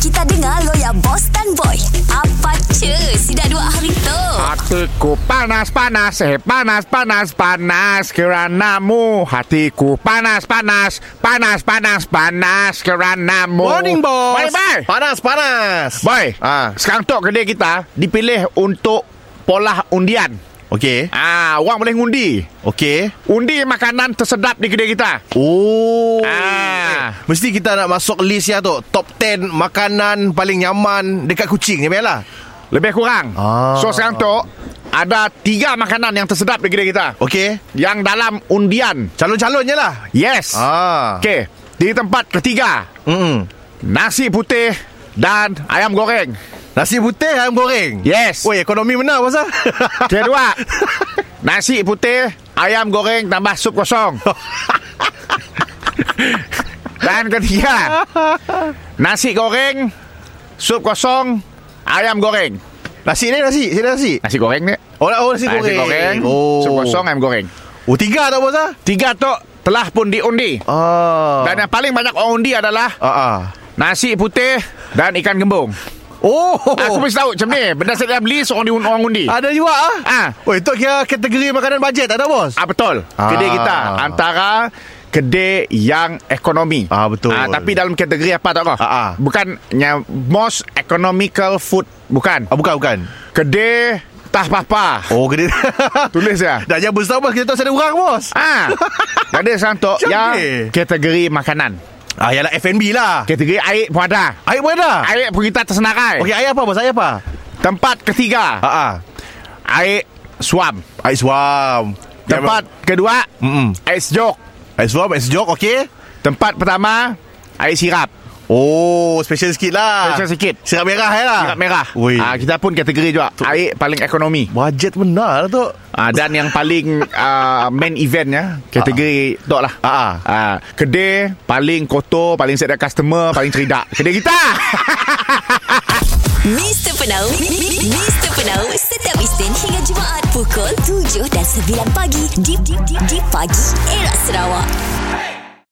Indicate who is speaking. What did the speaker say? Speaker 1: Kita dengar lo ya, boss dan boy. Apa cuy? Sudah dua hari tu.
Speaker 2: Hatiku panas panas eh panas panas panas keranamu hatiku panas panas panas panas panas keranamu
Speaker 3: Morning, boss.
Speaker 2: Morning boy
Speaker 3: Panas, panas.
Speaker 2: Boy
Speaker 3: Ah.
Speaker 2: Sekarang tu kedai kita dipilih untuk pola undian
Speaker 3: Okey.
Speaker 2: Ah, orang boleh ngundi
Speaker 3: Okey.
Speaker 2: Undi makanan tersedap di kedai kita
Speaker 3: Oh.
Speaker 2: Ah.
Speaker 3: Eh, Mesti kita nak masuk list ya tu. Top 10 makanan paling nyaman dekat Kuching ni, Bella.
Speaker 2: Lebih kurang
Speaker 3: Ah.
Speaker 2: So sekarang tu Ada tiga makanan yang tersedap di kedai kita
Speaker 3: Okey.
Speaker 2: Yang dalam undian
Speaker 3: Calon-calonnya lah.
Speaker 2: Yes
Speaker 3: Ah.
Speaker 2: Okey Di tempat ketiga
Speaker 3: Mm-mm.
Speaker 2: Nasi putih dan ayam goreng.
Speaker 3: Nasi putih ayam goreng.
Speaker 2: Yes.
Speaker 3: Oi, ekonomi benar ah. pasal.
Speaker 2: Kedua, nasi putih, ayam goreng tambah sup kosong. Dan ketiga, nasi goreng, sup kosong, ayam goreng.
Speaker 3: nasi ni nasi, sini nasi.
Speaker 2: Nasi goreng ni.
Speaker 3: Oh, oh nasi
Speaker 2: Nasi
Speaker 3: goreng.
Speaker 2: goreng,
Speaker 3: Oh.
Speaker 2: sup kosong, eh? ayam goreng.
Speaker 3: Oh, tiga tak pasal?
Speaker 2: Tiga tu telah pun diundi.
Speaker 3: Ah.
Speaker 2: Dan yang paling banyak orang undi adalah
Speaker 3: ah, ah.
Speaker 2: nasi putih dan ikan gembung.
Speaker 3: Oh.
Speaker 2: Aku mesti tahu macam ni. Benda saya dah beli, seorang diundi. Orang undi.
Speaker 3: ada juga ah.
Speaker 2: Ah.
Speaker 3: Oi, tu kira kategori makanan bajet tak ada bos?
Speaker 2: Ah betul.
Speaker 3: Ah.
Speaker 2: Kedai kita antara kedai yang ekonomi.
Speaker 3: Ah, betul.
Speaker 2: tapi dalam kategori apa tak tahu.
Speaker 3: Ah, ah.
Speaker 2: Bukannya most economical food bukan.
Speaker 3: Ah, bukan bukan.
Speaker 2: Kedai tah papa.
Speaker 3: Oh, gede.
Speaker 2: Tulis ya.
Speaker 3: Dah jam besar bos, kita tahu saya ada orang bos.
Speaker 2: Ah. Ada santok
Speaker 3: Cantik.
Speaker 2: yang kategori makanan.
Speaker 3: Ah, yalah F&B lah.
Speaker 2: Kategori air pun ada.
Speaker 3: Air boleh dah.
Speaker 2: Air pun kita tersenarai.
Speaker 3: Okey, air apa bos? Air apa?
Speaker 2: Tempat ketiga,
Speaker 3: Ah, ah.
Speaker 2: air suam.
Speaker 3: Air suam.
Speaker 2: Tempat kedua,
Speaker 3: Ya, Mm-mm.
Speaker 2: air sejuk.
Speaker 3: Air suam, air sejuk, okey.
Speaker 2: Tempat pertama, air sirap.
Speaker 3: Oh, special sikit lah.
Speaker 2: Special sikit.
Speaker 3: Sirap merah eh lah.
Speaker 2: Sirap merah.
Speaker 3: Ui.
Speaker 2: Ah, kita pun kategori juga. Air paling ekonomi.
Speaker 3: Bajet benar lah tu.
Speaker 2: Ah, dan yang paling ah, main eventnya kategori tok lah.
Speaker 3: Ah, ah.
Speaker 2: Ah, kedai paling kotor, paling sedap customer, paling cerdak. Kedai kita.
Speaker 1: Mr. Penau, Mr. Penau, setiap Isnin hingga Jumaat pukul 7 dan 9 pagi di, di, di, di pagi era Sarawak.